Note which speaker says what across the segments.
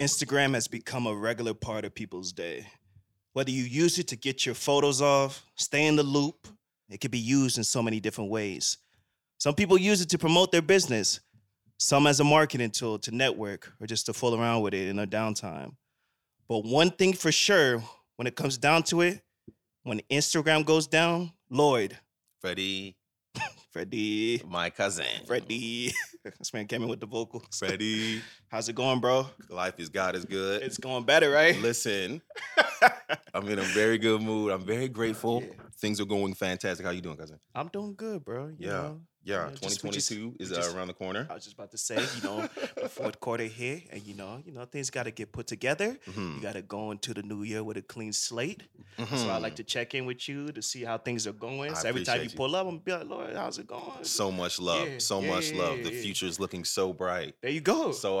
Speaker 1: Instagram has become a regular part of people's day. Whether you use it to get your photos off, stay in the loop, it can be used in so many different ways. Some people use it to promote their business, some as a marketing tool to network or just to fool around with it in their downtime. But one thing for sure, when it comes down to it, when Instagram goes down, Lloyd,
Speaker 2: Freddie,
Speaker 1: Freddie,
Speaker 2: my cousin.
Speaker 1: Freddie, this man came in with the vocals.
Speaker 2: Freddie,
Speaker 1: How's it going, bro?
Speaker 2: life is God is good.
Speaker 1: It's going better, right?
Speaker 2: Listen, I'm in a very good mood. I'm very grateful.
Speaker 1: Yeah.
Speaker 2: Things are going fantastic. How you doing, cousin?
Speaker 1: I'm doing good, bro. you
Speaker 2: Yeah.
Speaker 1: know?
Speaker 2: Yeah,
Speaker 1: Yeah, just- we just-
Speaker 2: 2022 is
Speaker 1: we
Speaker 2: uh,
Speaker 1: just-
Speaker 2: around the corner.
Speaker 1: I was just about to say, you know, the fourth quarter here, and you know, you know, things got to get put together. You
Speaker 2: Mhm,
Speaker 1: got to go into the new year with a clean slate. So I
Speaker 2: mhm.
Speaker 1: like to check in with you to see how things are going.
Speaker 2: I
Speaker 1: So every time
Speaker 2: appreciate
Speaker 1: you
Speaker 2: you.
Speaker 1: pull up, I'm gonna be like, Lord, how's it going?
Speaker 2: so much love.
Speaker 1: Yeah,
Speaker 2: so
Speaker 1: yeah,
Speaker 2: much
Speaker 1: yeah,
Speaker 2: love.
Speaker 1: yeah,
Speaker 2: the
Speaker 1: yeah.
Speaker 2: future is looking so bright.
Speaker 1: there you go.
Speaker 2: So
Speaker 1: Oh,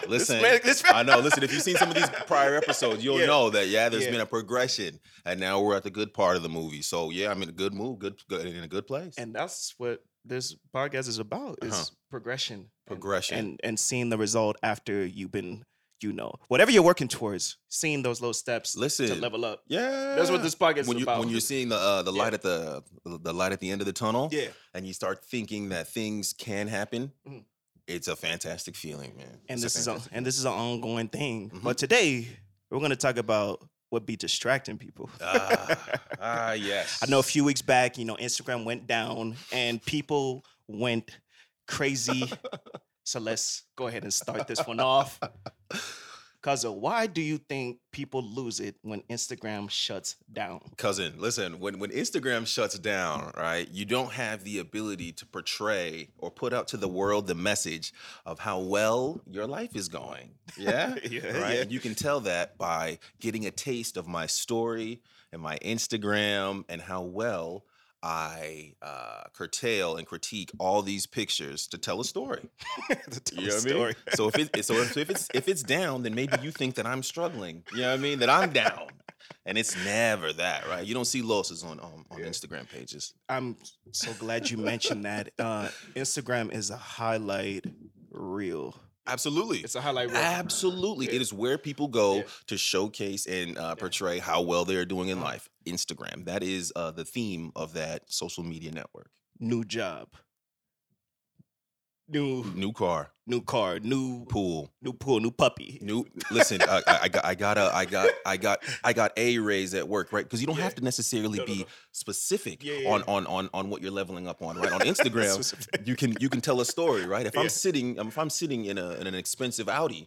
Speaker 1: this
Speaker 2: Listen,
Speaker 1: man- this man-
Speaker 2: I know. Listen, if you've seen some of these prior episodes, you'll
Speaker 1: Yeah.
Speaker 2: know that yeah, there's
Speaker 1: Yeah.
Speaker 2: been a progression, and now we're at the good part of the movie. So yeah, I'm in a good mood, good, good in a good place.
Speaker 1: and that's what this podcast is about: is
Speaker 2: Uh-huh.
Speaker 1: progression, and-
Speaker 2: Progression.
Speaker 1: and, and seeing the result after you've been, you know, whatever you're working towards, seeing those little steps to
Speaker 2: Listen,
Speaker 1: level up.
Speaker 2: yeah,
Speaker 1: That's what this podcast
Speaker 2: when
Speaker 1: is
Speaker 2: you
Speaker 1: about.
Speaker 2: when you're seeing the uh, the
Speaker 1: Yeah.
Speaker 2: light at the the light at the end of the tunnel,
Speaker 1: yeah.
Speaker 2: and you start thinking that things can happen.
Speaker 1: Mhm.
Speaker 2: It's a fantastic feeling, man.
Speaker 1: and
Speaker 2: It's
Speaker 1: this is a, Mm-hmm.
Speaker 2: fantastic
Speaker 1: and this is an ongoing thing.
Speaker 2: Mhm.
Speaker 1: But today we're gonna talk about what be distracting people.
Speaker 2: Ah, ah, yes.
Speaker 1: I know a few weeks back, you know, Instagram went down and people went crazy. so let's go ahead and start this one off. Cause why do you think people lose it when Instagram shuts down?
Speaker 2: cousin listen when, when instagram shuts down right you don't have the ability to portray or put out to the world the message of how well your life is going yeah
Speaker 1: Yeah,
Speaker 2: right
Speaker 1: yeah.
Speaker 2: and you can tell that by getting a taste of my story and my instagram and how well i uh, curtail and critique all these pictures to tell a story
Speaker 1: To tell
Speaker 2: you know
Speaker 1: a
Speaker 2: what
Speaker 1: story.
Speaker 2: I mean? So if it, so if, if it's if it's down, then maybe you think that I'm struggling. You know what I mean? That I'm down, and it's never that, right? You don't see losses on um, on
Speaker 1: Yeah.
Speaker 2: Instagram pages.
Speaker 1: I'm so glad you mentioned that. Uh, Instagram is a highlight reel. Ah,
Speaker 2: Absolutely,
Speaker 1: It's a highlight reel.
Speaker 2: absolutely.
Speaker 1: Yeah.
Speaker 2: It is where people go
Speaker 1: Yeah.
Speaker 2: to showcase and uh, portray how well they are doing
Speaker 1: Uh-huh.
Speaker 2: in life. Instagram. That is uh, the theme of that social media network.
Speaker 1: new job, new
Speaker 2: New car,
Speaker 1: new car, new
Speaker 2: pool,
Speaker 1: new pool, new puppy.
Speaker 2: New listen, I, I, I got I got a I got I got I got a raise at work, right? Because you don't
Speaker 1: Yeah.
Speaker 2: have to necessarily
Speaker 1: No, no,
Speaker 2: be
Speaker 1: no.
Speaker 2: specific
Speaker 1: Yeah, yeah,
Speaker 2: on
Speaker 1: yeah.
Speaker 2: on on on what you're leveling up on, right? On Instagram, you can you can tell a story, right? If
Speaker 1: Yeah.
Speaker 2: I'm sitting um, if I'm sitting in a in an expensive Audi,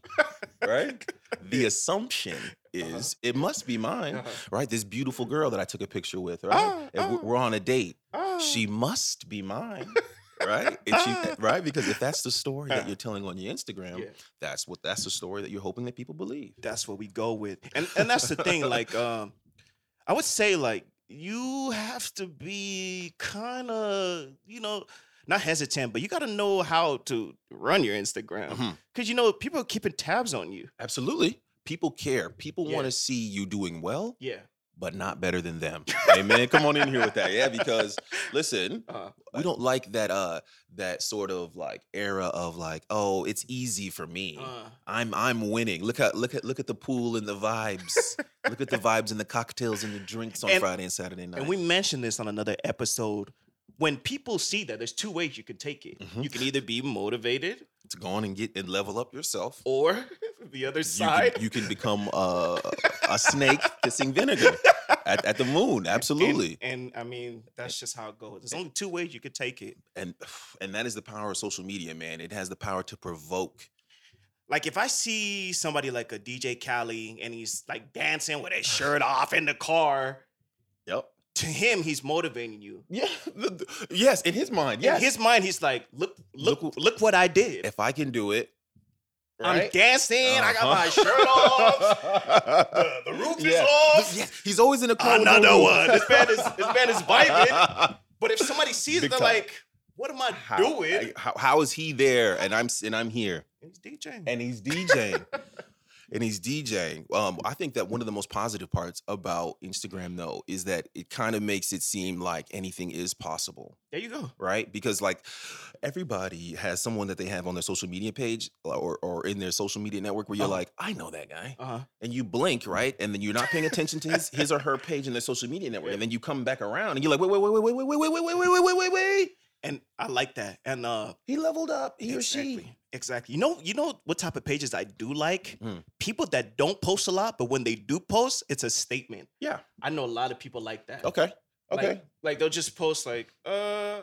Speaker 2: right? The assumption
Speaker 1: Uh-huh.
Speaker 2: is it must be mine, right? This beautiful girl that I took a picture with, right?
Speaker 1: Ah,
Speaker 2: if we-
Speaker 1: ah.
Speaker 2: we're on a date,
Speaker 1: Ah.
Speaker 2: she must be mine. Right, and
Speaker 1: Ah.
Speaker 2: she, right, because if that's the story
Speaker 1: Ah.
Speaker 2: that you're telling on your Instagram,
Speaker 1: Yeah.
Speaker 2: that's what that's the story that you're hoping that people believe.
Speaker 1: that's what we go with, and and that's the thing. Like, um, I would say like you have to be kind of you know not hesitant, but you got to know how to run your Instagram
Speaker 2: Mhm.
Speaker 1: because you know people are keeping tabs on you.
Speaker 2: Absolutely. People care. People
Speaker 1: Yeah.
Speaker 2: want to see you doing well,
Speaker 1: Yeah.
Speaker 2: but not better than them. Amen. Come on in here with that. Yeah, because listen,
Speaker 1: Uh,
Speaker 2: we don't like that uh that sort of like era of like, oh, it's easy for me.
Speaker 1: uh,
Speaker 2: I'm I'm winning. Look at look at look at the pool and the vibes. look at the vibes and the cocktails and the drinks on
Speaker 1: And-
Speaker 2: Friday and Saturday night.
Speaker 1: And we mentioned this on another episode. When people see that, there's two ways you can take it.
Speaker 2: Mhm.
Speaker 1: You can either be motivated,
Speaker 2: to go on and get and level up yourself.
Speaker 1: or the other
Speaker 2: you can,
Speaker 1: side.
Speaker 2: you can become uh, a snake kissing vinegar at, at the moon. Absolutely.
Speaker 1: And, and, I mean, that's just how it goes. There's only two ways you could take it.
Speaker 2: And, and that is the power of social media, man. It has the power to provoke.
Speaker 1: Like if I see somebody like a DJ Cali and he's like dancing with his shirt off in the car,
Speaker 2: Yep.
Speaker 1: to him he's motivating you.
Speaker 2: Yeah. the- the- Yes, in his mind. Yes.
Speaker 1: In his mind, he's like, look, look, look, what I did.
Speaker 2: if I can do it,
Speaker 1: I'm dancing. I got my
Speaker 2: Uh-huh.
Speaker 1: shirt off.
Speaker 2: the,
Speaker 1: the roof is
Speaker 2: off.
Speaker 1: off.
Speaker 2: Yes. He's always in a car. with no
Speaker 1: Another
Speaker 2: roof.
Speaker 1: one. This man is this man is vibing. But if somebody sees it,
Speaker 2: Big
Speaker 1: they're
Speaker 2: time.
Speaker 1: like, what am I
Speaker 2: How,
Speaker 1: doing?
Speaker 2: how, how is he there and I'm s- and I'm here?
Speaker 1: It's DJing.
Speaker 2: and he's DJing. and he's DJing. Um, I think that one of the most positive parts about Instagram though is that it kind of makes it seem like anything is possible,
Speaker 1: There you go.
Speaker 2: right? Because like everybody has someone that they have on their social media page uh, or or in their social media network where you're
Speaker 1: Uh-huh.
Speaker 2: like, I know that guy
Speaker 1: Uh huh.
Speaker 2: and you blink, right? And then you're not paying attention to his, his or her page and their social media network. And then you come back around and you're like, wait, wait, wait, wait, wait, wait, wait, wait, wait, wait, wait, wait, wait, wait.
Speaker 1: And I like that. And uh,
Speaker 2: He leveled up, he or she.
Speaker 1: Exactly. Exactly. You know, you know what type of pages I do like?
Speaker 2: Mm.
Speaker 1: People that don't post a lot, but when they do post, it's a statement.
Speaker 2: Yeah.
Speaker 1: I know a lot of people like that.
Speaker 2: Okay.
Speaker 1: Like-
Speaker 2: Okay.
Speaker 1: Like, they'll just post like, uh,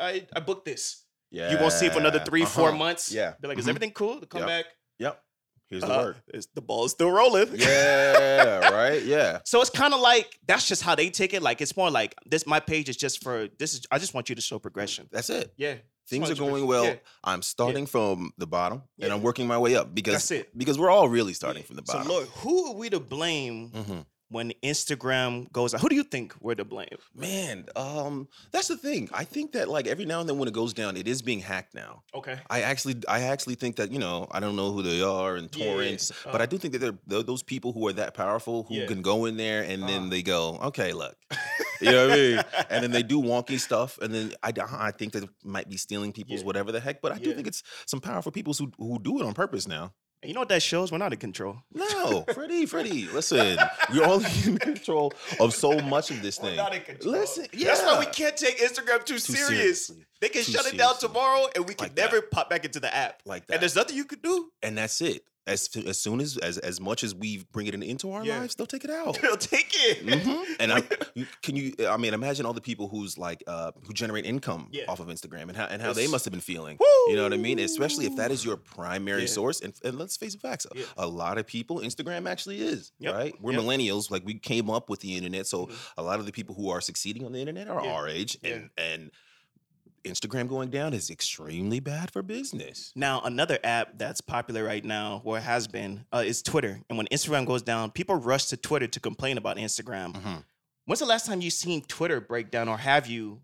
Speaker 1: I I booked this.
Speaker 2: yeah.
Speaker 1: You won't see it for another 3 four
Speaker 2: Uh-huh.
Speaker 1: months.
Speaker 2: Yeah.
Speaker 1: Be like, is
Speaker 2: Mhm.
Speaker 1: everything cool? To come
Speaker 2: Yep.
Speaker 1: back.
Speaker 2: Yep. Here's the
Speaker 1: uh,
Speaker 2: word.
Speaker 1: is- the ball's still rolling.
Speaker 2: Yeah, right? Yeah.
Speaker 1: So it's kind of like that's just how they take it. Like it's more like this. My page is just for this. Is I just want you to show progression.
Speaker 2: That's it.
Speaker 1: Yeah. just
Speaker 2: Things
Speaker 1: want
Speaker 2: are
Speaker 1: you to-
Speaker 2: going well.
Speaker 1: yeah,
Speaker 2: I'm starting from the bottom
Speaker 1: Yeah.
Speaker 2: and I'm working my way up because
Speaker 1: that's it.
Speaker 2: because we're all really starting from the
Speaker 1: So
Speaker 2: bottom.
Speaker 1: Lord, who are we to blame?
Speaker 2: Mhm.
Speaker 1: when Instagram goes out? Who do you think we're to blame?
Speaker 2: Man, um, that's the thing. I think that like every now and then when it goes down, it is being hacked now.
Speaker 1: Okay.
Speaker 2: I actually, I actually think that you know, I don't know who they are and
Speaker 1: Yeah, yeah, yeah.
Speaker 2: torrents, but
Speaker 1: Uh.
Speaker 2: I do think that they're tho- those people who are that powerful who
Speaker 1: Yeah.
Speaker 2: can go in there and
Speaker 1: Uh-huh.
Speaker 2: then they go, okay, look, you know what I mean, and then they do wonky stuff, and then I, d- I think that might be stealing people's
Speaker 1: Yeah.
Speaker 2: whatever the heck, but I do
Speaker 1: Yeah.
Speaker 2: think it's some powerful people who who do it on purpose now.
Speaker 1: And you know what that shows? We're not in control.
Speaker 2: No, Freddie, Freddie, listen, we're only in control of so much of this thing.
Speaker 1: in control.
Speaker 2: Listen,
Speaker 1: That's why we
Speaker 2: yeah.
Speaker 1: can't take Instagram too,
Speaker 2: Too
Speaker 1: serious.
Speaker 2: seriously,
Speaker 1: They can
Speaker 2: Too
Speaker 1: shut it down
Speaker 2: seriously.
Speaker 1: tomorrow and we can
Speaker 2: Like that.
Speaker 1: never pop back into the app.
Speaker 2: like
Speaker 1: And
Speaker 2: that,
Speaker 1: there's nothing you can do.
Speaker 2: and that's it. As, as soon as, as as much as we bring it in, into our
Speaker 1: Yeah.
Speaker 2: lives, they'll take it out.
Speaker 1: They'll take it.
Speaker 2: hmm And I, you- can you? I mean, imagine all the people who's like uh, who generate income
Speaker 1: Yeah.
Speaker 2: off of Instagram and how and how they
Speaker 1: It's-
Speaker 2: must have been feeling. You know what I mean? Especially if that is your primary
Speaker 1: Yeah.
Speaker 2: source. And, and let's face the facts: a-
Speaker 1: Yeah.
Speaker 2: a lot of people, Instagram actually is
Speaker 1: Yep.
Speaker 2: right. We're
Speaker 1: Yep.
Speaker 2: millennials, like we came up with the internet, so
Speaker 1: Mhm.
Speaker 2: a lot of the people who are succeeding on the internet are
Speaker 1: Yeah.
Speaker 2: our age,
Speaker 1: Yeah.
Speaker 2: and and Instagram going down is extremely bad for business.
Speaker 1: Now, another app that's popular right now, or has been, uh, is Twitter. And when Instagram goes down, people rush to Twitter to complain about Instagram.
Speaker 2: Mhm.
Speaker 1: When's the last time you seen Twitter break down, or have you?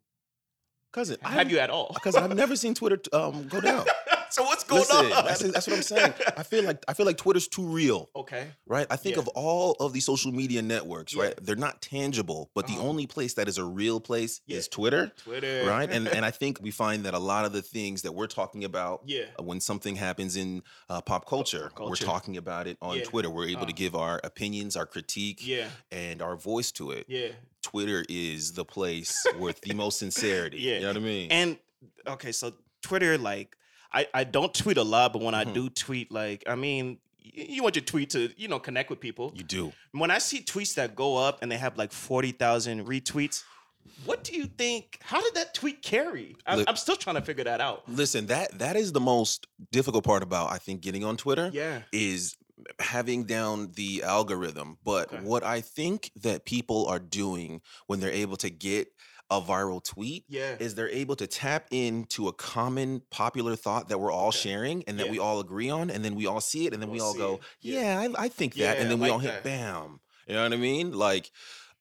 Speaker 2: Cousin, I
Speaker 1: Have you at all?
Speaker 2: Because I've never seen Twitter t- um, go down.
Speaker 1: so what's going
Speaker 2: Listen,
Speaker 1: on?
Speaker 2: that's, that's what I'm saying. I feel like I feel like Twitter's too real.
Speaker 1: Okay.
Speaker 2: right? I think
Speaker 1: Yeah.
Speaker 2: of all of the social media networks,
Speaker 1: Yeah.
Speaker 2: right? They're not tangible, but the
Speaker 1: Uh-huh.
Speaker 2: only place that is a real place
Speaker 1: Yeah.
Speaker 2: is Twitter,
Speaker 1: Twitter.
Speaker 2: right? And and I think we find that a lot of the things that we're talking about
Speaker 1: yeah.
Speaker 2: uh, when something happens in uh, pop culture, we're
Speaker 1: culture.
Speaker 2: talking about it on
Speaker 1: Yeah.
Speaker 2: Twitter. We're able to
Speaker 1: Uh.
Speaker 2: give our opinions, our critique,
Speaker 1: Yeah.
Speaker 2: and our voice to it.
Speaker 1: Yeah.
Speaker 2: Twitter is the place with the most sincerity.
Speaker 1: Yeah.
Speaker 2: You know what I mean?
Speaker 1: And okay, so Twitter, like, I, I don't tweet a lot, but when I
Speaker 2: Mhm.
Speaker 1: do tweet, like, I mean, y- you want your tweet to, you know, connect with people.
Speaker 2: you do.
Speaker 1: When I see tweets that go up and they have like 40,000 retweets, what do you think? How did that tweet carry? I'm,
Speaker 2: Look-
Speaker 1: I'm still trying to figure that out.
Speaker 2: Listen, that that is the most difficult part about I think getting on Twitter.
Speaker 1: Yeah.
Speaker 2: is having down the algorithm. But
Speaker 1: Okay.
Speaker 2: what I think that people are doing when they're able to get a viral tweet
Speaker 1: Yeah.
Speaker 2: is they're able to tap into a common popular thought that we're all
Speaker 1: Okay.
Speaker 2: sharing and that
Speaker 1: Yeah.
Speaker 2: we all agree on, and then we all see it, and then we
Speaker 1: We'll
Speaker 2: all
Speaker 1: see
Speaker 2: go,
Speaker 1: it. Yeah.
Speaker 2: "Yeah, I, I think that,"
Speaker 1: Yeah,
Speaker 2: and then
Speaker 1: I
Speaker 2: we
Speaker 1: like
Speaker 2: all
Speaker 1: that.
Speaker 2: hit "Bam." You know what I mean? Like.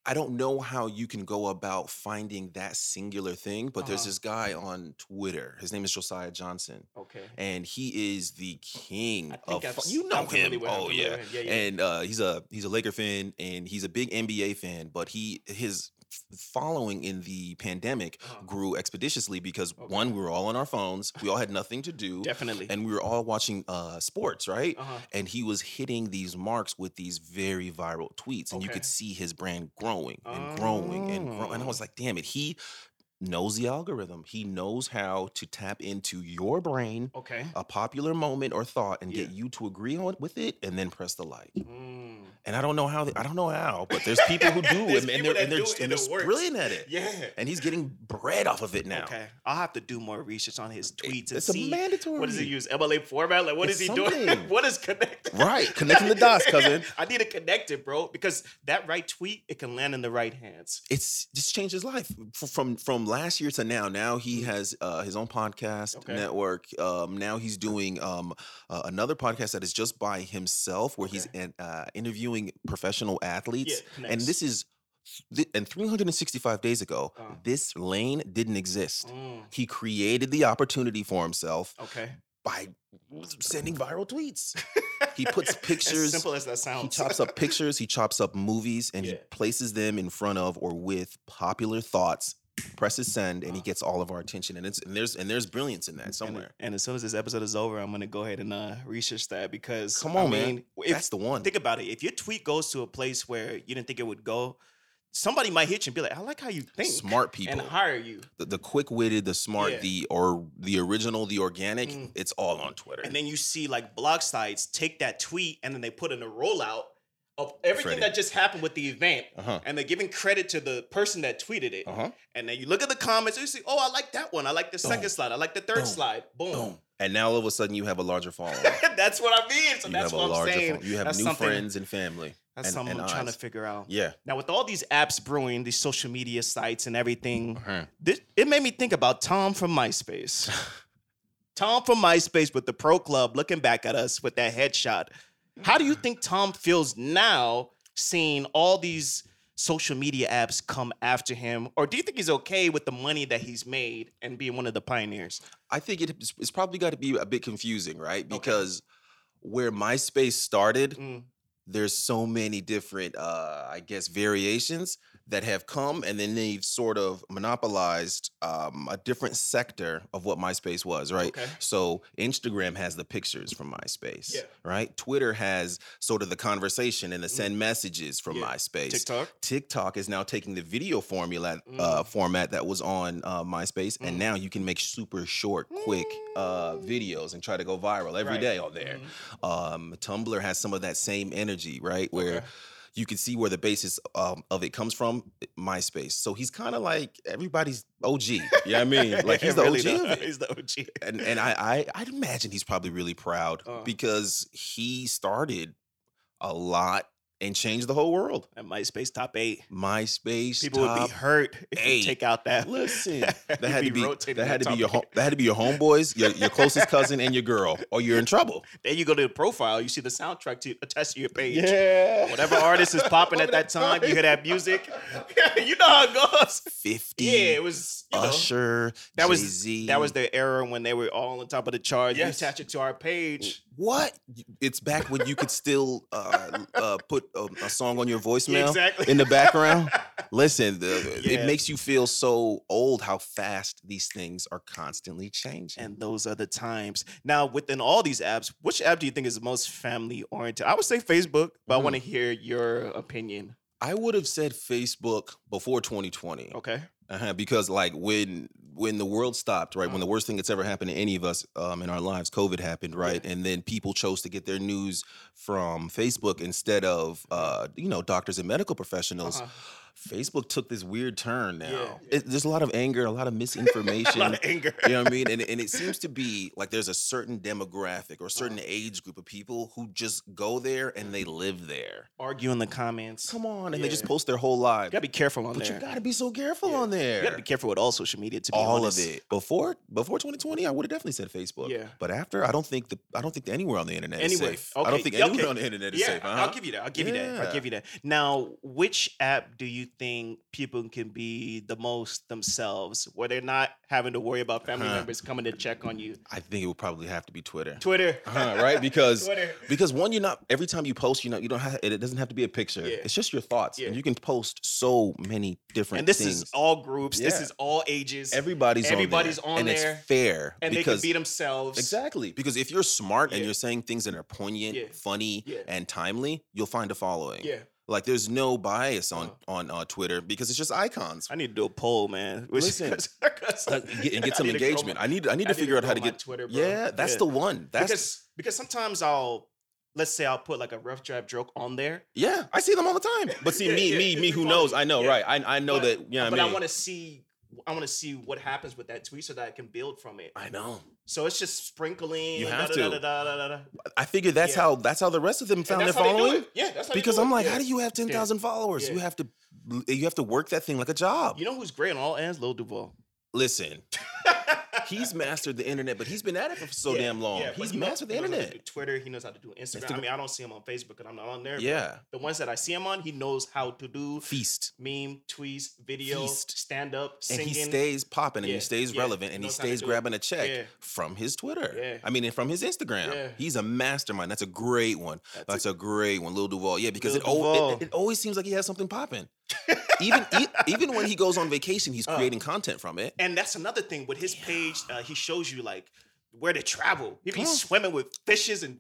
Speaker 2: I don't know how you can go about finding that singular thing, but there's
Speaker 1: Uh-huh.
Speaker 2: this guy on Twitter. His name is Josiah Johnson
Speaker 1: Okay.
Speaker 2: and he is the king
Speaker 1: I
Speaker 2: of
Speaker 1: think I've
Speaker 2: fu-
Speaker 1: s-
Speaker 2: you know
Speaker 1: I'm familiar
Speaker 2: him.
Speaker 1: with I'm
Speaker 2: Oh
Speaker 1: familiar
Speaker 2: yeah.
Speaker 1: with him. Yeah. Yeah.
Speaker 2: And uh, he's a he's a Laker fan and he's a big NBA fan, but he his f- following in the pandemic
Speaker 1: Uh-huh.
Speaker 2: grew expeditiously because
Speaker 1: Okay.
Speaker 2: one we were all on our phones, we all had nothing to do,
Speaker 1: Definitely.
Speaker 2: and we were all watching uh, sports, right?
Speaker 1: uh-huh.
Speaker 2: And he was hitting these marks with these very viral tweets, and you
Speaker 1: Okay.
Speaker 2: could see his brand growing and growing and growing. And I
Speaker 1: Oh.
Speaker 2: was like, damn it, he knows the algorithm. He knows how to tap into your brain
Speaker 1: Okay.
Speaker 2: a popular moment or thought and get
Speaker 1: Oh. Yeah.
Speaker 2: you to agree on with it and then press the like.
Speaker 1: Mm.
Speaker 2: And I don't know how they, I don't know how, but there's people who do
Speaker 1: There's
Speaker 2: and, and
Speaker 1: people
Speaker 2: they're and
Speaker 1: that
Speaker 2: they're,
Speaker 1: do
Speaker 2: just-
Speaker 1: it
Speaker 2: and
Speaker 1: and
Speaker 2: they're
Speaker 1: it works.
Speaker 2: brilliant at it.
Speaker 1: Yeah.
Speaker 2: And he's getting bread off of it now.
Speaker 1: Okay, I'll have to do more research on his tweets and
Speaker 2: It's a
Speaker 1: see
Speaker 2: mandatory.
Speaker 1: what does he use MLA format. Like, what is
Speaker 2: It's
Speaker 1: he doing?
Speaker 2: something.
Speaker 1: what is connected?
Speaker 2: Right, connecting the dots, cousin.
Speaker 1: I need to connect it, bro, because that right tweet it can land in the right hands.
Speaker 2: It's just changed his life F- from from last year to now. Now he has uh, his own podcast
Speaker 1: Mm-hmm. Okay.
Speaker 2: network. Um, now he's doing um, uh, another podcast that is just by himself, where he's in, uh, interviewing professional athletes.
Speaker 1: Yeah,
Speaker 2: and
Speaker 1: connects.
Speaker 2: this is th- and 365 days ago
Speaker 1: Uh.
Speaker 2: this lane didn't exist
Speaker 1: Mm,
Speaker 2: he created the opportunity for himself
Speaker 1: okay,
Speaker 2: by sending viral tweets. He puts pictures.
Speaker 1: As simple as that
Speaker 2: He
Speaker 1: sounds.
Speaker 2: chops up pictures, he chops up movies, and he
Speaker 1: Yeah.
Speaker 2: places them in front of or with popular thoughts. Presses send, and he gets all of our attention. And it's and there's and there's brilliance in that
Speaker 1: And-
Speaker 2: somewhere.
Speaker 1: And, as soon as this episode is over, I'm gonna go ahead and uh, research that because
Speaker 2: Come
Speaker 1: I
Speaker 2: on, man.
Speaker 1: mean, if-
Speaker 2: That's the one.
Speaker 1: think about it. If your tweet goes to a place where you didn't think it would go, somebody might hit you and be like, "I like how you think."
Speaker 2: Smart people.
Speaker 1: and hire you,
Speaker 2: the, the quick-witted, the smart,
Speaker 1: Yeah.
Speaker 2: the or the original, the organic,
Speaker 1: Mm.
Speaker 2: it's all on Twitter.
Speaker 1: and then you see like blog sites take that tweet and then they put in a rollout of everything
Speaker 2: Freddie.
Speaker 1: that just happened with the event.
Speaker 2: uh-huh.
Speaker 1: And they're giving credit to the person that tweeted it.
Speaker 2: Uh-huh.
Speaker 1: And then you look at the comments, and you see, oh, I like that one. I like the second
Speaker 2: Boom.
Speaker 1: slide. I like the third
Speaker 2: Boom.
Speaker 1: slide. Boom.
Speaker 2: Boom. And now all of a sudden you have a larger following.
Speaker 1: that's what I mean. So
Speaker 2: you
Speaker 1: that's
Speaker 2: have
Speaker 1: what
Speaker 2: a
Speaker 1: I'm
Speaker 2: larger
Speaker 1: saying.
Speaker 2: following. You have
Speaker 1: That's
Speaker 2: new
Speaker 1: something-
Speaker 2: friends and family.
Speaker 1: That's
Speaker 2: and-
Speaker 1: something
Speaker 2: and
Speaker 1: I'm trying to
Speaker 2: eyes.
Speaker 1: figure out.
Speaker 2: Yeah.
Speaker 1: Now, with all these apps brewing, these social media sites and everything,
Speaker 2: Uh-huh.
Speaker 1: this, it made me think about Tom from MySpace. Tom from MySpace with the Pro Club looking back at us with that headshot. How do you think Tom feels now seeing all these social media apps come after him? Or do you think he's okay with the money that he's made and being one of the pioneers?
Speaker 2: I think it, it's, it's probably got to be a bit confusing, right? Because where MySpace started,
Speaker 1: Mm.
Speaker 2: there's so many different, uh, I guess, variations that have come, and then they've sort of monopolized um, a different sector of what MySpace was, right?
Speaker 1: Okay.
Speaker 2: So Instagram has the pictures from MySpace,
Speaker 1: Yeah. Mm.
Speaker 2: right? Twitter has sort of the conversation and the send messages from
Speaker 1: Yeah.
Speaker 2: MySpace.
Speaker 1: TikTok?
Speaker 2: TikTok is now taking the video formula uh, format that was on uh, MySpace,
Speaker 1: Mm.
Speaker 2: and now you can make super short, quick uh, videos and try to go viral every
Speaker 1: Right.
Speaker 2: day on there.
Speaker 1: Mm.
Speaker 2: Um, Tumblr has some of that same energy, right? Where
Speaker 1: Okay.
Speaker 2: you can see where the basis um, of it comes from, MySpace. So he's kind of like everybody's OG. You know what I mean? Like he's the
Speaker 1: Really
Speaker 2: OG of
Speaker 1: though,
Speaker 2: it
Speaker 1: He's the OG.
Speaker 2: and and I, I I'd imagine he's probably really proud
Speaker 1: Uh.
Speaker 2: because he started a lot and changed the whole world.
Speaker 1: At MySpace top eight.
Speaker 2: MySpace
Speaker 1: People would
Speaker 2: top-
Speaker 1: be hurt if
Speaker 2: eight.
Speaker 1: you take out that.
Speaker 2: Listen,
Speaker 1: You'd
Speaker 2: that had to be
Speaker 1: rotating
Speaker 2: that had to be
Speaker 1: top
Speaker 2: your home,
Speaker 1: eight.
Speaker 2: that had to be your homeboys, your, your closest cousin, and your girl, or you're in trouble.
Speaker 1: Then you go to the profile, you see the soundtrack to attached to your page.
Speaker 2: Yeah,
Speaker 1: Whatever artist is popping at that time, you hear that music. you know how it goes.
Speaker 2: Fifty,
Speaker 1: Yeah, it was you know,
Speaker 2: Usher,
Speaker 1: That was-
Speaker 2: Jay-Z.
Speaker 1: that was the era when they were all on top of the charts.
Speaker 2: Yes.
Speaker 1: You attach it to our page.
Speaker 2: what? It's back when you could still uh, uh, put a, a song on your voicemail.
Speaker 1: Yeah, exactly.
Speaker 2: in the background. Listen, the,
Speaker 1: Yeah.
Speaker 2: it makes you feel so old how fast these things are constantly changing.
Speaker 1: and those are the times. Now, within all these apps, which app do you think is the most family oriented? I would say Facebook, but I
Speaker 2: Mhm.
Speaker 1: want to hear your opinion.
Speaker 2: I would have said Facebook before 2020
Speaker 1: Okay.
Speaker 2: uh-huh, because, like, when when the world stopped, right, when
Speaker 1: Mm.
Speaker 2: the worst thing that's ever happened to any of us um, in our lives, COVID happened, right, and then people chose to get their news from Facebook instead of uh, you know doctors and medical professionals.
Speaker 1: Uh-huh.
Speaker 2: Facebook took this weird turn now.
Speaker 1: Yeah.
Speaker 2: It- there's a lot of anger, a lot of misinformation.
Speaker 1: A lot of anger.
Speaker 2: you know what I mean? And, and it seems to be like there's a certain demographic or a certain
Speaker 1: Uh-huh.
Speaker 2: age group of people who just go there and they live there.
Speaker 1: Argue in the comments.
Speaker 2: Come on, and they just
Speaker 1: Yeah.
Speaker 2: post their whole
Speaker 1: You
Speaker 2: life.
Speaker 1: gotta be careful on
Speaker 2: but
Speaker 1: there.
Speaker 2: you gotta be so careful
Speaker 1: Yeah.
Speaker 2: on there.
Speaker 1: You gotta be careful with all social media to be
Speaker 2: all
Speaker 1: honest.
Speaker 2: of it before before 2020, I would have definitely said Facebook.
Speaker 1: Yeah.
Speaker 2: But after, I don't think the I don't think the anywhere on the internet is
Speaker 1: Anywhere.
Speaker 2: safe. I don't
Speaker 1: Okay,
Speaker 2: think
Speaker 1: yeah,
Speaker 2: anywhere
Speaker 1: okay.
Speaker 2: on the internet is
Speaker 1: yeah,
Speaker 2: safe.
Speaker 1: I'll
Speaker 2: uh-huh.
Speaker 1: give you that. I'll give you that.
Speaker 2: Yeah.
Speaker 1: I'll give you that. Now, which app do you think people can be the most themselves, where they're not having to worry about family
Speaker 2: Uh-huh.
Speaker 1: members coming to check on you?
Speaker 2: I think it would probably have to be Twitter.
Speaker 1: Twitter.
Speaker 2: Uh-huh, right? Because
Speaker 1: Twitter.
Speaker 2: because one you're not every time you post you know you don't have it doesn't have to be a picture
Speaker 1: Yeah.
Speaker 2: it's just your thoughts
Speaker 1: Yeah.
Speaker 2: and you can post so many different
Speaker 1: And this
Speaker 2: things
Speaker 1: is all groups. This
Speaker 2: Yeah.
Speaker 1: is all ages.
Speaker 2: everybody's
Speaker 1: everybody's
Speaker 2: on there,
Speaker 1: on
Speaker 2: and
Speaker 1: there,
Speaker 2: it's fair
Speaker 1: and they
Speaker 2: because
Speaker 1: can be themselves.
Speaker 2: exactly because if you're smart and
Speaker 1: Yeah.
Speaker 2: you're saying things that are poignant
Speaker 1: Yeah.
Speaker 2: funny
Speaker 1: Yeah.
Speaker 2: and timely you'll find a following
Speaker 1: Yeah.
Speaker 2: like there's no bias on
Speaker 1: Uh-huh.
Speaker 2: on uh, twitter because it's just icons
Speaker 1: I need to do a poll, man. Which-
Speaker 2: Listen,
Speaker 1: 'cause- 'cause-
Speaker 2: Uh, and get, and get
Speaker 1: I
Speaker 2: some
Speaker 1: need to grow
Speaker 2: engagement
Speaker 1: my-
Speaker 2: i need i need to
Speaker 1: I
Speaker 2: figure out how
Speaker 1: grow
Speaker 2: to
Speaker 1: my
Speaker 2: get
Speaker 1: Twitter. Bro.
Speaker 2: yeah that's the one that's
Speaker 1: because because sometimes I'll let's say I'll put like a rough draft joke on there.
Speaker 2: yeah i see them all the time but see
Speaker 1: Yeah,
Speaker 2: me
Speaker 1: yeah,
Speaker 2: me
Speaker 1: it's
Speaker 2: me
Speaker 1: the
Speaker 2: who knows i know
Speaker 1: quality.
Speaker 2: right i, I know
Speaker 1: But-
Speaker 2: that yeah
Speaker 1: but
Speaker 2: I, mean,
Speaker 1: I want to see I want to see what happens with that tweet so that I can build from it.
Speaker 2: I know
Speaker 1: So it's just sprinkling.
Speaker 2: You
Speaker 1: da-
Speaker 2: have
Speaker 1: da-
Speaker 2: to.
Speaker 1: da- da- da- da- da.
Speaker 2: I figure that's
Speaker 1: Yeah.
Speaker 2: how that's how the rest of them
Speaker 1: And
Speaker 2: found their
Speaker 1: that's how they do
Speaker 2: following.
Speaker 1: it. Yeah, that's how they
Speaker 2: Because
Speaker 1: do
Speaker 2: I'm
Speaker 1: it.
Speaker 2: like,
Speaker 1: Yeah.
Speaker 2: how do you have ten thousand followers?
Speaker 1: Yeah.
Speaker 2: You have to you have to work that thing like a job.
Speaker 1: You know who's great on all ends? Lil Duval.
Speaker 2: listen, he's mastered the internet, but he's been at it for so
Speaker 1: Yeah,
Speaker 2: damn long.
Speaker 1: yeah, but
Speaker 2: he's
Speaker 1: he knows-
Speaker 2: mastered the
Speaker 1: he knows how to
Speaker 2: internet.
Speaker 1: do Twitter, he knows how to do Instagram.
Speaker 2: the-
Speaker 1: I mean, I don't see him on Facebook because I'm not on there. but
Speaker 2: Yeah.
Speaker 1: The ones that I see him on, he knows how to do
Speaker 2: Feast.
Speaker 1: meme, tweets, video,
Speaker 2: Feast.
Speaker 1: stand up,
Speaker 2: And
Speaker 1: singing.
Speaker 2: he stays popping and
Speaker 1: Yeah,
Speaker 2: he stays
Speaker 1: yeah,
Speaker 2: relevant
Speaker 1: he
Speaker 2: and he
Speaker 1: knows how to
Speaker 2: stays
Speaker 1: do it.
Speaker 2: grabbing a check
Speaker 1: Yeah.
Speaker 2: from his Twitter.
Speaker 1: Yeah.
Speaker 2: I mean, and from his Instagram.
Speaker 1: Yeah.
Speaker 2: He's a mastermind. That's a great one.
Speaker 1: That's
Speaker 2: That's a great one, Lil Duval. Yeah, because
Speaker 1: Lil
Speaker 2: it, al- it,
Speaker 1: Duval.
Speaker 2: it always seems like he has something popping. even e- even when he goes on vacation, he's
Speaker 1: Uh.
Speaker 2: creating content from it.
Speaker 1: And that's another thing with his page. Uh, he shows you like where to travel. He be
Speaker 2: Come on.
Speaker 1: swimming with fishes and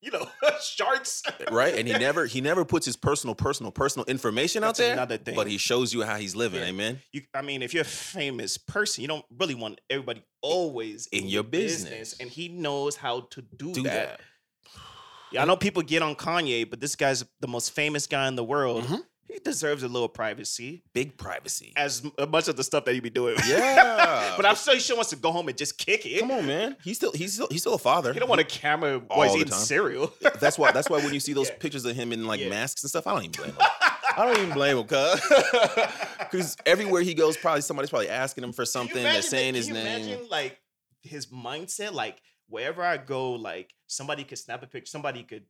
Speaker 1: you know sharks.
Speaker 2: right? And he never he never puts his personal, personal, personal information
Speaker 1: That's
Speaker 2: out there.
Speaker 1: another thing.
Speaker 2: But he shows you how he's living.
Speaker 1: Yeah.
Speaker 2: Amen.
Speaker 1: You, I mean, if you're a famous person, you don't really want everybody always
Speaker 2: In your business.
Speaker 1: And he knows how to do,
Speaker 2: Do
Speaker 1: that.
Speaker 2: that.
Speaker 1: Yeah, I know people get on Kanye, but this guy's the most famous guy in the world.
Speaker 2: Mhm.
Speaker 1: He deserves a little privacy,
Speaker 2: Big privacy.
Speaker 1: as m- much of the stuff that he be doing.
Speaker 2: Yeah.
Speaker 1: but I'm sure he still wants to go home and just kick it.
Speaker 2: Come on, man. He's still he's still he's still a father.
Speaker 1: He don't want a camera while he's
Speaker 2: All the
Speaker 1: eating
Speaker 2: time.
Speaker 1: cereal.
Speaker 2: That's why. That's why when you see those
Speaker 1: Yeah.
Speaker 2: pictures of him in like
Speaker 1: Yeah.
Speaker 2: masks and stuff, I don't even blame him. I don't even blame him, cuz. Because everywhere he goes, probably somebody's probably asking him
Speaker 1: Can
Speaker 2: for
Speaker 1: you
Speaker 2: something. They're
Speaker 1: imagine that-
Speaker 2: saying
Speaker 1: can
Speaker 2: his
Speaker 1: you
Speaker 2: name.
Speaker 1: Imagine like his mindset, like wherever I go, like somebody could snap a picture, somebody could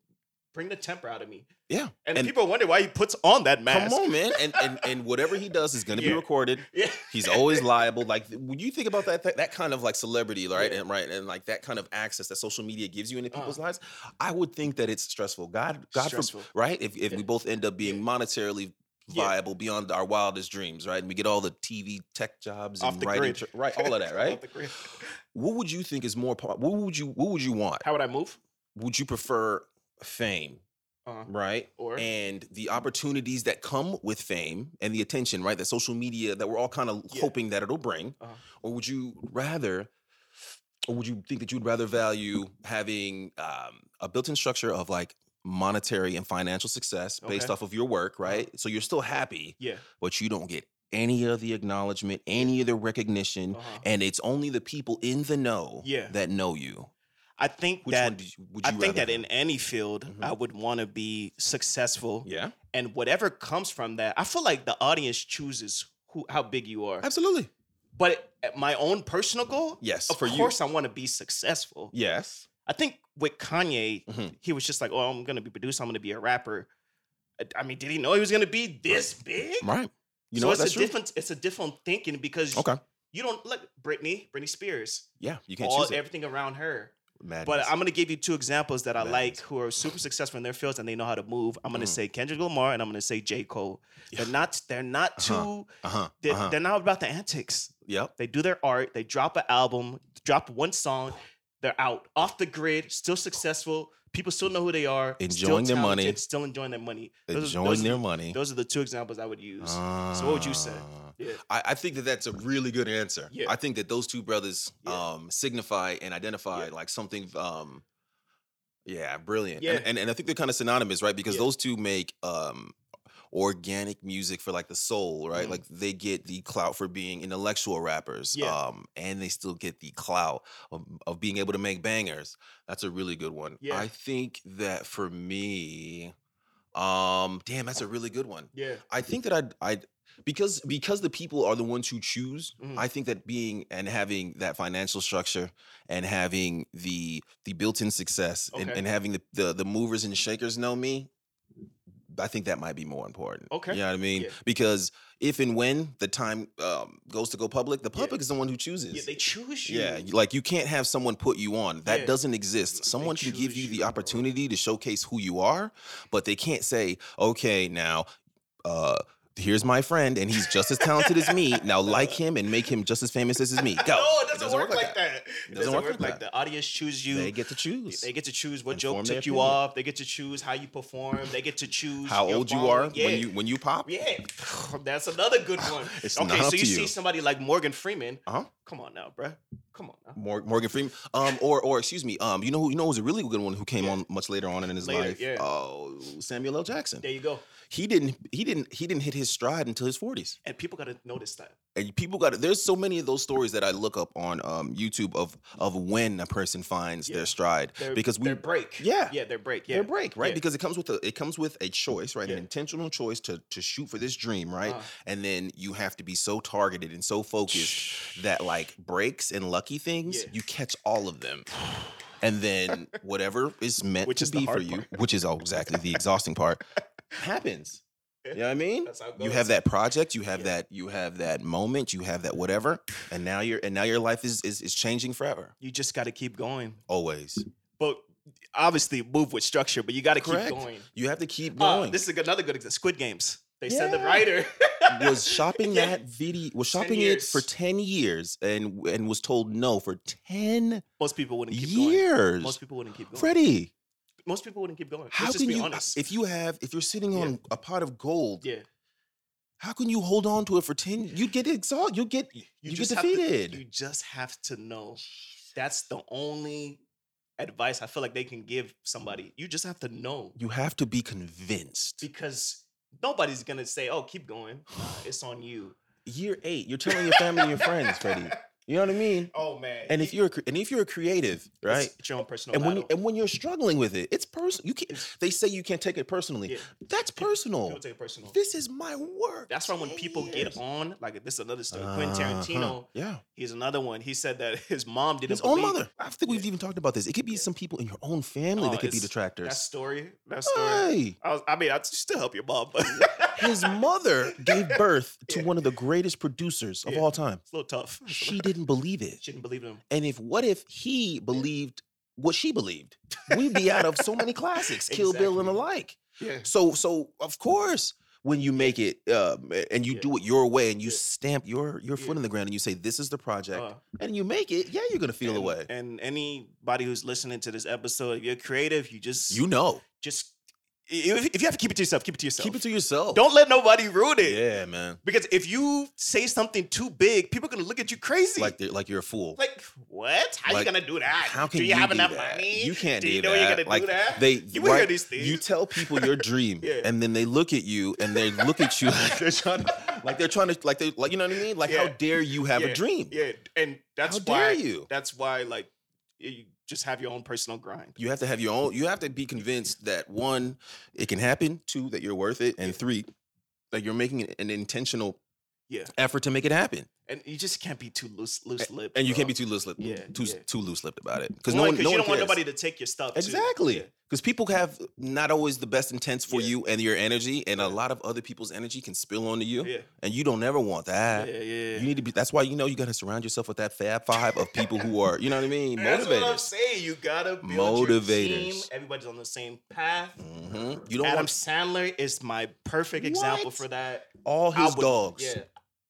Speaker 1: bring the temper out of me,
Speaker 2: Yeah.
Speaker 1: and,
Speaker 2: And-
Speaker 1: people wonder why he puts on that mask.
Speaker 2: Come on, man. And and and whatever he does is gonna
Speaker 1: Yeah.
Speaker 2: be recorded.
Speaker 1: Yeah.
Speaker 2: He's always liable. Like when you think about that, that, that kind of like celebrity, right?
Speaker 1: Yeah.
Speaker 2: And right, and like that kind of access that social media gives you into
Speaker 1: Uh.
Speaker 2: people's lives, I would think that it's stressful. God, God, forb-
Speaker 1: Stressful.
Speaker 2: right? If if
Speaker 1: Yeah.
Speaker 2: we both end up being monetarily
Speaker 1: Yeah.
Speaker 2: viable beyond our wildest dreams, right? And we get all the TV tech jobs
Speaker 1: Off
Speaker 2: and
Speaker 1: the
Speaker 2: writing,
Speaker 1: grid.
Speaker 2: jo- right? All of that, right?
Speaker 1: Off the grid.
Speaker 2: what would you think is more? po- What would you What would you want?
Speaker 1: How would I move?
Speaker 2: Would you prefer fame,
Speaker 1: Uh,
Speaker 2: right?
Speaker 1: or
Speaker 2: and the opportunities that come with fame and the attention, right? That social media that we're all kind of
Speaker 1: Yeah.
Speaker 2: hoping that it'll bring,
Speaker 1: Uh-huh.
Speaker 2: or would you rather, or would you think that you'd rather value having um, a built-in structure of like monetary and financial success based
Speaker 1: Okay. Uh-huh.
Speaker 2: off of your work, right? So you're still happy,
Speaker 1: yeah,
Speaker 2: but you don't get any of the acknowledgement, any of the recognition,
Speaker 1: uh-huh.
Speaker 2: and it's only the people in the know
Speaker 1: Yeah.
Speaker 2: that know you.
Speaker 1: I think
Speaker 2: Which one
Speaker 1: that.
Speaker 2: did you, would
Speaker 1: I
Speaker 2: you
Speaker 1: think that
Speaker 2: rather
Speaker 1: in
Speaker 2: have?
Speaker 1: any field,
Speaker 2: Mhm.
Speaker 1: I would want to be successful,
Speaker 2: yeah,
Speaker 1: and whatever comes from that, I feel like the audience chooses who how big you are.
Speaker 2: absolutely,
Speaker 1: But my own personal goal,
Speaker 2: yes,
Speaker 1: of
Speaker 2: for
Speaker 1: course I want to be successful.
Speaker 2: you, yes.
Speaker 1: I think with Kanye,
Speaker 2: Mhm.
Speaker 1: he was just like, "Oh, I'm gonna be producer. I'm gonna be a rapper." I- I mean, did he know he was gonna be this big?
Speaker 2: Right. You
Speaker 1: so
Speaker 2: know what?
Speaker 1: it's
Speaker 2: that's
Speaker 1: a
Speaker 2: true.
Speaker 1: different, it's a different thinking because
Speaker 2: Okay.
Speaker 1: you don't look Britney, Britney Spears,
Speaker 2: Yeah, you can't
Speaker 1: all
Speaker 2: choose it.
Speaker 1: everything around her.
Speaker 2: Madness.
Speaker 1: But I'm gonna give you two examples that I
Speaker 2: That
Speaker 1: like
Speaker 2: is-
Speaker 1: who are super successful in their fields and they know how to move. I'm gonna
Speaker 2: Mm.
Speaker 1: say Kendrick Lamar and I'm gonna say J Cole.
Speaker 2: Yeah.
Speaker 1: They're not, they're not too,
Speaker 2: Uh-huh, uh-huh.
Speaker 1: They're,
Speaker 2: uh-huh.
Speaker 1: they're not about the antics.
Speaker 2: Yep.
Speaker 1: They do their art, they drop an album, drop one song, they're out, off the grid, still successful. People still know who they are, still
Speaker 2: Enjoying their money.
Speaker 1: talented, still enjoying their money. Those are-
Speaker 2: Enjoying
Speaker 1: those, are-
Speaker 2: their money. Uh,
Speaker 1: Those are the two examples I would use. what would you say?
Speaker 2: Ah.
Speaker 1: Yeah.
Speaker 2: I, I think that that's a really good answer.
Speaker 1: Yeah.
Speaker 2: I think that those two brothers
Speaker 1: Yeah.
Speaker 2: um, signify and identify
Speaker 1: Yeah.
Speaker 2: like something. Um, yeah, brilliant.
Speaker 1: Yeah.
Speaker 2: And, and and I think they're kind of synonymous, right? Because
Speaker 1: Yeah.
Speaker 2: those two make um, organic music for like the soul, right?
Speaker 1: Mhm.
Speaker 2: Like they get the clout for being intellectual rappers,
Speaker 1: Yeah.
Speaker 2: um, and they still get the clout of, of being able to make bangers. That's a really good one.
Speaker 1: Yeah.
Speaker 2: I think that for me, um, damn, that's a really good one.
Speaker 1: Yeah.
Speaker 2: I think that I'd, I'd because because the people are the ones who choose.
Speaker 1: Mhm.
Speaker 2: I think that being and having that financial structure and having the the built-in success and,
Speaker 1: Okay.
Speaker 2: and having the, the the movers and shakers know me. I think that might be more important.
Speaker 1: Okay.
Speaker 2: you know what I mean?
Speaker 1: Yeah.
Speaker 2: Because if and when the time um, goes to go public, the
Speaker 1: Yeah.
Speaker 2: public is the one who chooses.
Speaker 1: Yeah, they choose you.
Speaker 2: Yeah, you- like you can't have someone put you on. That
Speaker 1: Yeah.
Speaker 2: doesn't exist.
Speaker 1: They
Speaker 2: Someone can give
Speaker 1: choose
Speaker 2: you
Speaker 1: you,
Speaker 2: the
Speaker 1: bro.
Speaker 2: opportunity to showcase who you are, but they can't say, "Okay, now uh here's my friend and he's just as talented as me. Now like him and make him just as famous as me." Go.
Speaker 1: No, it doesn't, work, like that. It doesn't, work, like that.
Speaker 2: that.
Speaker 1: The audience chooses you.
Speaker 2: They
Speaker 1: They get,
Speaker 2: get to choose.
Speaker 1: to choose what
Speaker 2: and
Speaker 1: joke
Speaker 2: form their
Speaker 1: took you
Speaker 2: opinion.
Speaker 1: off. They get to choose how you perform. They get to choose
Speaker 2: How
Speaker 1: your
Speaker 2: old you are
Speaker 1: following. Yeah.
Speaker 2: when you when you pop?
Speaker 1: Yeah, that's another good one.
Speaker 2: It's
Speaker 1: okay,
Speaker 2: not up
Speaker 1: so you,
Speaker 2: to
Speaker 1: see
Speaker 2: you.
Speaker 1: somebody like Morgan Freeman.
Speaker 2: Uh-huh.
Speaker 1: Come on now, bruh. Come on now.
Speaker 2: Mor- Morgan Freeman, um, or or excuse me, um, you know who you know who's a really good one who came
Speaker 1: Yeah.
Speaker 2: on much later on in his
Speaker 1: Later,
Speaker 2: life.
Speaker 1: yeah.
Speaker 2: Oh, Samuel L. Jackson.
Speaker 1: There you go.
Speaker 2: he didn't he didn't he didn't hit his his stride until his 40s.
Speaker 1: And people gotta notice that.
Speaker 2: And people got there's so many of those stories that I look up on um, YouTube of of when a person finds
Speaker 1: Yeah.
Speaker 2: their stride
Speaker 1: Their,
Speaker 2: because we
Speaker 1: their break.
Speaker 2: Yeah.
Speaker 1: Yeah, their break. Yeah.
Speaker 2: their break right
Speaker 1: Yeah.
Speaker 2: because it comes with a it comes with a choice right
Speaker 1: Yeah.
Speaker 2: an intentional choice to to shoot for this dream right
Speaker 1: Uh-huh.
Speaker 2: and then you have to be so targeted and so focused that like breaks and lucky things
Speaker 1: Yeah.
Speaker 2: you catch all of them and then whatever is meant
Speaker 1: Which
Speaker 2: to
Speaker 1: is the
Speaker 2: be for
Speaker 1: hard
Speaker 2: you
Speaker 1: part.
Speaker 2: which is all exactly the exhausting part happens you know what i mean
Speaker 1: That's how it
Speaker 2: you
Speaker 1: goes.
Speaker 2: have that project you have
Speaker 1: Yeah.
Speaker 2: that you have that moment you have that whatever and now your and now your life is is, is changing forever
Speaker 1: You just gotta keep going.
Speaker 2: always
Speaker 1: But obviously move with structure, but you gotta
Speaker 2: Correct.
Speaker 1: keep going.
Speaker 2: you have to keep
Speaker 1: Uh,
Speaker 2: going
Speaker 1: this is a good- another good example. Squid Games. They send the
Speaker 2: Yeah.
Speaker 1: writer.
Speaker 2: was shopping
Speaker 1: Yeah.
Speaker 2: that video was
Speaker 1: 10
Speaker 2: shopping it for
Speaker 1: years.
Speaker 2: 10 years and and was told no for 10
Speaker 1: Most people wouldn't keep going.
Speaker 2: years
Speaker 1: Most people wouldn't keep going.
Speaker 2: freddie
Speaker 1: Most people wouldn't keep going.
Speaker 2: how
Speaker 1: Let's
Speaker 2: can
Speaker 1: just be
Speaker 2: you
Speaker 1: honest.
Speaker 2: if you have if you're sitting
Speaker 1: Yeah.
Speaker 2: on a pot of gold
Speaker 1: yeah.
Speaker 2: how can you hold on to it for 10 you'd get exhausted you'd get you get
Speaker 1: just have to-
Speaker 2: defeated.
Speaker 1: you just have to know. That's the only advice I feel like they can give somebody. You just have to know
Speaker 2: you have to be convinced
Speaker 1: because nobody's gonna say, "Oh, keep going. Nah, it's on you."
Speaker 2: year eight you're telling your family and your friends freddie you know what i mean
Speaker 1: Oh man.
Speaker 2: and if
Speaker 1: You-
Speaker 2: you're a cre- and if you're a creative
Speaker 1: it's-
Speaker 2: right
Speaker 1: it's your own personal
Speaker 2: and when, you,
Speaker 1: battle.
Speaker 2: and when you're struggling with it, it's personal. You can't. They say you can't take it personally.
Speaker 1: Yeah.
Speaker 2: That's personal.
Speaker 1: Don't take it personal.
Speaker 2: This is my work.
Speaker 1: That's why when people get on, like this is another story. Quentin
Speaker 2: Uh-huh.
Speaker 1: Tarantino,
Speaker 2: Yeah.
Speaker 1: he's another one. He said that his mom didn't
Speaker 2: His own
Speaker 1: believe-
Speaker 2: mother. I think we've
Speaker 1: Yeah.
Speaker 2: even talked about this. It could be
Speaker 1: Yeah.
Speaker 2: some people in your own family
Speaker 1: Oh,
Speaker 2: that could be
Speaker 1: it's-
Speaker 2: detractors.
Speaker 1: That story. That story.
Speaker 2: Hey,
Speaker 1: I, was, I mean, I'd still help your mom, but
Speaker 2: his mother gave birth to
Speaker 1: Yeah.
Speaker 2: one of the greatest producers of
Speaker 1: Yeah.
Speaker 2: all time.
Speaker 1: it's a little tough.
Speaker 2: She didn't believe it.
Speaker 1: She didn't believe in him.
Speaker 2: And if what if he believed what she believed? We'd be out of so many classics, Kill Bill and the
Speaker 1: Exactly.
Speaker 2: like.
Speaker 1: Yeah.
Speaker 2: So so of course when you make it um, a- and you
Speaker 1: Yeah.
Speaker 2: do it your way and you
Speaker 1: Yeah.
Speaker 2: stamp your your foot
Speaker 1: Yeah. Uh.
Speaker 2: in the ground and you say this is the project and you make it, yeah, you're gonna feel
Speaker 1: and,
Speaker 2: a way.
Speaker 1: And anybody who's listening to this episode, if you're creative, you just
Speaker 2: You know,
Speaker 1: just if, if you have to keep it to yourself, keep it to yourself.
Speaker 2: keep it to yourself.
Speaker 1: Don't let nobody ruin it.
Speaker 2: yeah, man.
Speaker 1: Because if you say something too big, people are gonna look at you crazy.
Speaker 2: Like they're- like you're a fool.
Speaker 1: Like, what? How
Speaker 2: Like,
Speaker 1: you gonna do that?
Speaker 2: How can
Speaker 1: do you, have
Speaker 2: do
Speaker 1: enough
Speaker 2: that?
Speaker 1: money?
Speaker 2: You can't
Speaker 1: do
Speaker 2: do
Speaker 1: you know
Speaker 2: that.
Speaker 1: you're gonna
Speaker 2: like,
Speaker 1: do that?
Speaker 2: They
Speaker 1: you will hear
Speaker 2: right,
Speaker 1: these things.
Speaker 2: you tell people your dream,
Speaker 1: Yeah.
Speaker 2: and then they look at you and they look at you like they're trying to, like they're trying to, like they, like you know what I mean? Like how
Speaker 1: Yeah.
Speaker 2: dare you have a dream?
Speaker 1: Yeah, and that's
Speaker 2: How
Speaker 1: why
Speaker 2: dare you?
Speaker 1: that's why like you just have your own personal grind.
Speaker 2: You have to have your own. You have to be convinced that one, it can happen. Two, that you're worth it, and
Speaker 1: Yeah.
Speaker 2: three, that you're making an- an intentional
Speaker 1: Yeah.
Speaker 2: effort to make it happen.
Speaker 1: And you just can't be too loose loose lipped.
Speaker 2: And you can't be too loose lipped.
Speaker 1: Yeah,
Speaker 2: too
Speaker 1: yeah.
Speaker 2: too loose lipped about it
Speaker 1: because
Speaker 2: because no one, no
Speaker 1: you
Speaker 2: one
Speaker 1: don't want
Speaker 2: cares.
Speaker 1: nobody to take your stuff. too.
Speaker 2: Exactly.
Speaker 1: Yeah.
Speaker 2: Because people have not always the best intents for
Speaker 1: Yeah.
Speaker 2: you and your energy, and a lot of other people's energy can spill onto you,
Speaker 1: Yeah.
Speaker 2: and you don't ever want
Speaker 1: Yeah.
Speaker 2: that.
Speaker 1: yeah.
Speaker 2: Uh, You need to be. That's why you know you got to surround yourself with that Fab Five of people who are, you know what I mean,
Speaker 1: That's what I'm
Speaker 2: motivators.
Speaker 1: saying. You gotta build your team.
Speaker 2: Motivators.
Speaker 1: Everybody's on the same path.
Speaker 2: hmm You don't
Speaker 1: Adam
Speaker 2: want
Speaker 1: Sandler is my perfect example
Speaker 2: What?
Speaker 1: for that.
Speaker 2: all
Speaker 1: I
Speaker 2: his
Speaker 1: would-
Speaker 2: dogs
Speaker 1: Yeah,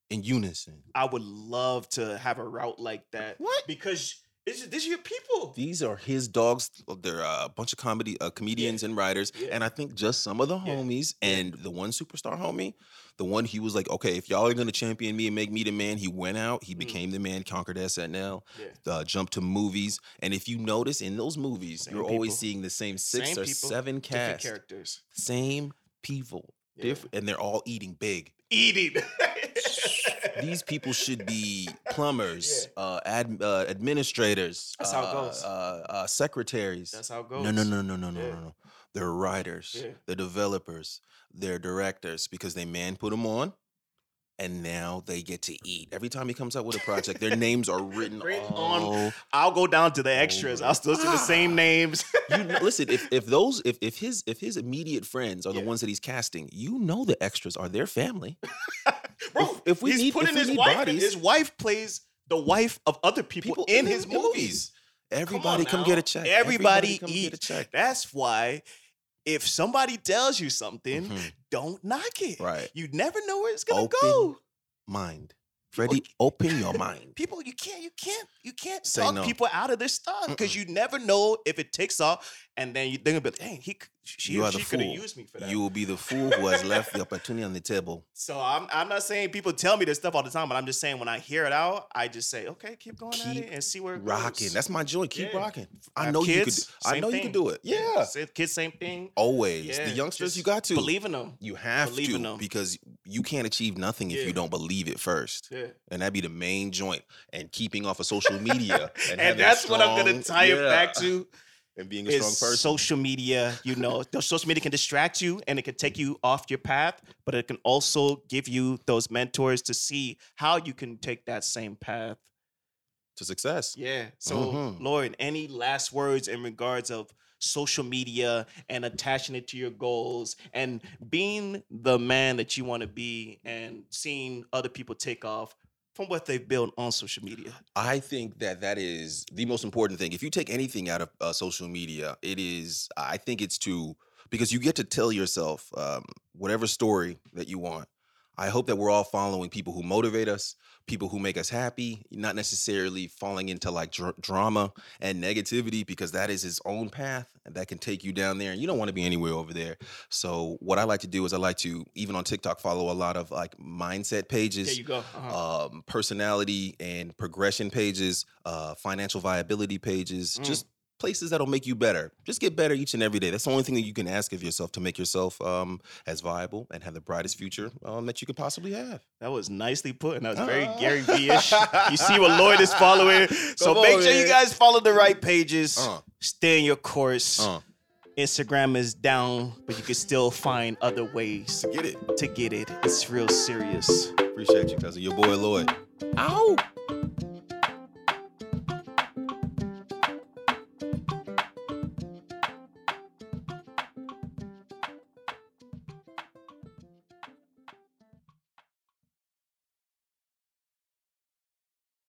Speaker 2: in unison.
Speaker 1: I would love to have a route like that.
Speaker 2: What?
Speaker 1: Because it's, these are your people.
Speaker 2: These are his dogs. They're uh, a bunch of comedy uh, comedians and writers,
Speaker 1: Yeah.
Speaker 2: and I think just some of the
Speaker 1: Yeah.
Speaker 2: homies
Speaker 1: Yeah.
Speaker 2: and the one superstar homie, the one he was like, okay, if y'all are gonna champion me and make me the man, he went out, he
Speaker 1: Mm.
Speaker 2: became the man, conquered SNL,
Speaker 1: Yeah.
Speaker 2: uh, jumped to movies, and if you notice in those movies,
Speaker 1: Same
Speaker 2: you're always
Speaker 1: people.
Speaker 2: seeing the same six
Speaker 1: Same
Speaker 2: or
Speaker 1: people,
Speaker 2: seven
Speaker 1: Different
Speaker 2: casts,
Speaker 1: characters.
Speaker 2: same people,
Speaker 1: Yeah.
Speaker 2: different, and they're all eating big.
Speaker 1: Eating.
Speaker 2: These people should be plumbers, uh, ad, uh, administrators,
Speaker 1: That's how it
Speaker 2: uh,
Speaker 1: goes.
Speaker 2: Uh, uh, secretaries.
Speaker 1: That's how it goes.
Speaker 2: No, no, no, no, no, no,
Speaker 1: Yeah.
Speaker 2: no, no. They're writers,
Speaker 1: Yeah.
Speaker 2: they're developers, they're directors because they man put them on and now they get to eat. Every time he comes out with a project, their names are written
Speaker 1: Written on-
Speaker 2: on.
Speaker 1: I'll go down to the
Speaker 2: Oh
Speaker 1: extras.
Speaker 2: Over.
Speaker 1: I'll still see the
Speaker 2: Ah.
Speaker 1: same names.
Speaker 2: You know, listen, if, if those if, if his if his immediate friends are the
Speaker 1: Yeah.
Speaker 2: ones that he's casting, you know the extras are their family.
Speaker 1: Bro,
Speaker 2: If- if we
Speaker 1: he's
Speaker 2: need-
Speaker 1: putting
Speaker 2: if we
Speaker 1: his
Speaker 2: need
Speaker 1: wife.
Speaker 2: bodies-
Speaker 1: his wife plays the wife of other people, in, his movies.
Speaker 2: Everybody come,
Speaker 1: now.
Speaker 2: get a check.
Speaker 1: Everybody
Speaker 2: come get a
Speaker 1: eat.
Speaker 2: check.
Speaker 1: That's why if somebody tells you something,
Speaker 2: Mhm.
Speaker 1: don't knock it.
Speaker 2: Right.
Speaker 1: You never know where it's gonna
Speaker 2: Open-
Speaker 1: go.
Speaker 2: Mind. Freddie, open your mind.
Speaker 1: People, you can't, you can't, you can't
Speaker 2: Say
Speaker 1: talk
Speaker 2: no.
Speaker 1: people out of their stuff because you never know if it takes off, and then you, they're gonna be like, "Dang, he c- She,
Speaker 2: You are the
Speaker 1: she could have
Speaker 2: fool.
Speaker 1: used me for that.
Speaker 2: You will be the fool who has left the opportunity on the table.
Speaker 1: so I'm, I'm not saying people tell me this stuff all the time, but I'm just saying when I hear it out, I just say, okay, keep going at it
Speaker 2: Keep
Speaker 1: and see where it
Speaker 2: Rocking.
Speaker 1: goes.
Speaker 2: That's my joy. Keep
Speaker 1: Yeah.
Speaker 2: rocking. I
Speaker 1: Have
Speaker 2: know you could.
Speaker 1: kids,
Speaker 2: do- I
Speaker 1: same
Speaker 2: know you
Speaker 1: thing.
Speaker 2: could do it. Yeah.
Speaker 1: Sa- Kids, same thing.
Speaker 2: Always.
Speaker 1: Yeah,
Speaker 2: the youngsters,
Speaker 1: just
Speaker 2: you got to
Speaker 1: Believe in them.
Speaker 2: You have
Speaker 1: believe
Speaker 2: to
Speaker 1: in 'em.
Speaker 2: because you can't achieve nothing if
Speaker 1: Yeah.
Speaker 2: you don't believe it first,
Speaker 1: Yeah.
Speaker 2: and that'd be the main joint. And keeping off of social media,
Speaker 1: And,
Speaker 2: having a
Speaker 1: that's what I'm gonna
Speaker 2: strong-
Speaker 1: tie it
Speaker 2: yeah,
Speaker 1: back to.
Speaker 2: and being a strong
Speaker 1: Is
Speaker 2: person.
Speaker 1: social media, you know, the social media can distract you and it can take you off your path, but it can also give you those mentors to see how you can take that same path.
Speaker 2: to success.
Speaker 1: Yeah. So,
Speaker 2: Mhm.
Speaker 1: Lauren, any last words in regards of social media and attaching it to your goals and being the man that you want to be and seeing other people take off from what they've built on social media?
Speaker 2: I think that that is the most important thing. If you take anything out of uh, social media, it is. I think it's to because you get to tell yourself um, whatever story that you want. I hope that we're all following people who motivate us, people who make us happy, not necessarily falling into like dr- drama and negativity because that is its own path and that can take you down there and you don't want to be anywhere over there. So what I like to do is I like to even on TikTok follow a lot of like mindset pages
Speaker 1: There you go. Uh-huh.
Speaker 2: um, personality and progression pages, uh, financial viability pages,
Speaker 1: Mm.
Speaker 2: just places that'll make you better. Just get better each and every day. That's the only thing that you can ask of yourself to make yourself um, as viable and have the brightest future um, that you could possibly have.
Speaker 1: That was nicely put, and that was very
Speaker 2: Uh.
Speaker 1: Gary Vee-ish. You see what Lloyd is following. So
Speaker 2: Come
Speaker 1: make
Speaker 2: on,
Speaker 1: sure you
Speaker 2: man.
Speaker 1: guys follow the right pages.
Speaker 2: Uh,
Speaker 1: Stay in your course.
Speaker 2: uh,
Speaker 1: Instagram is down, but you can still find other ways
Speaker 2: get it.
Speaker 1: to get it. It's real serious.
Speaker 2: Appreciate you, cousin. Your boy Lloyd. Ow.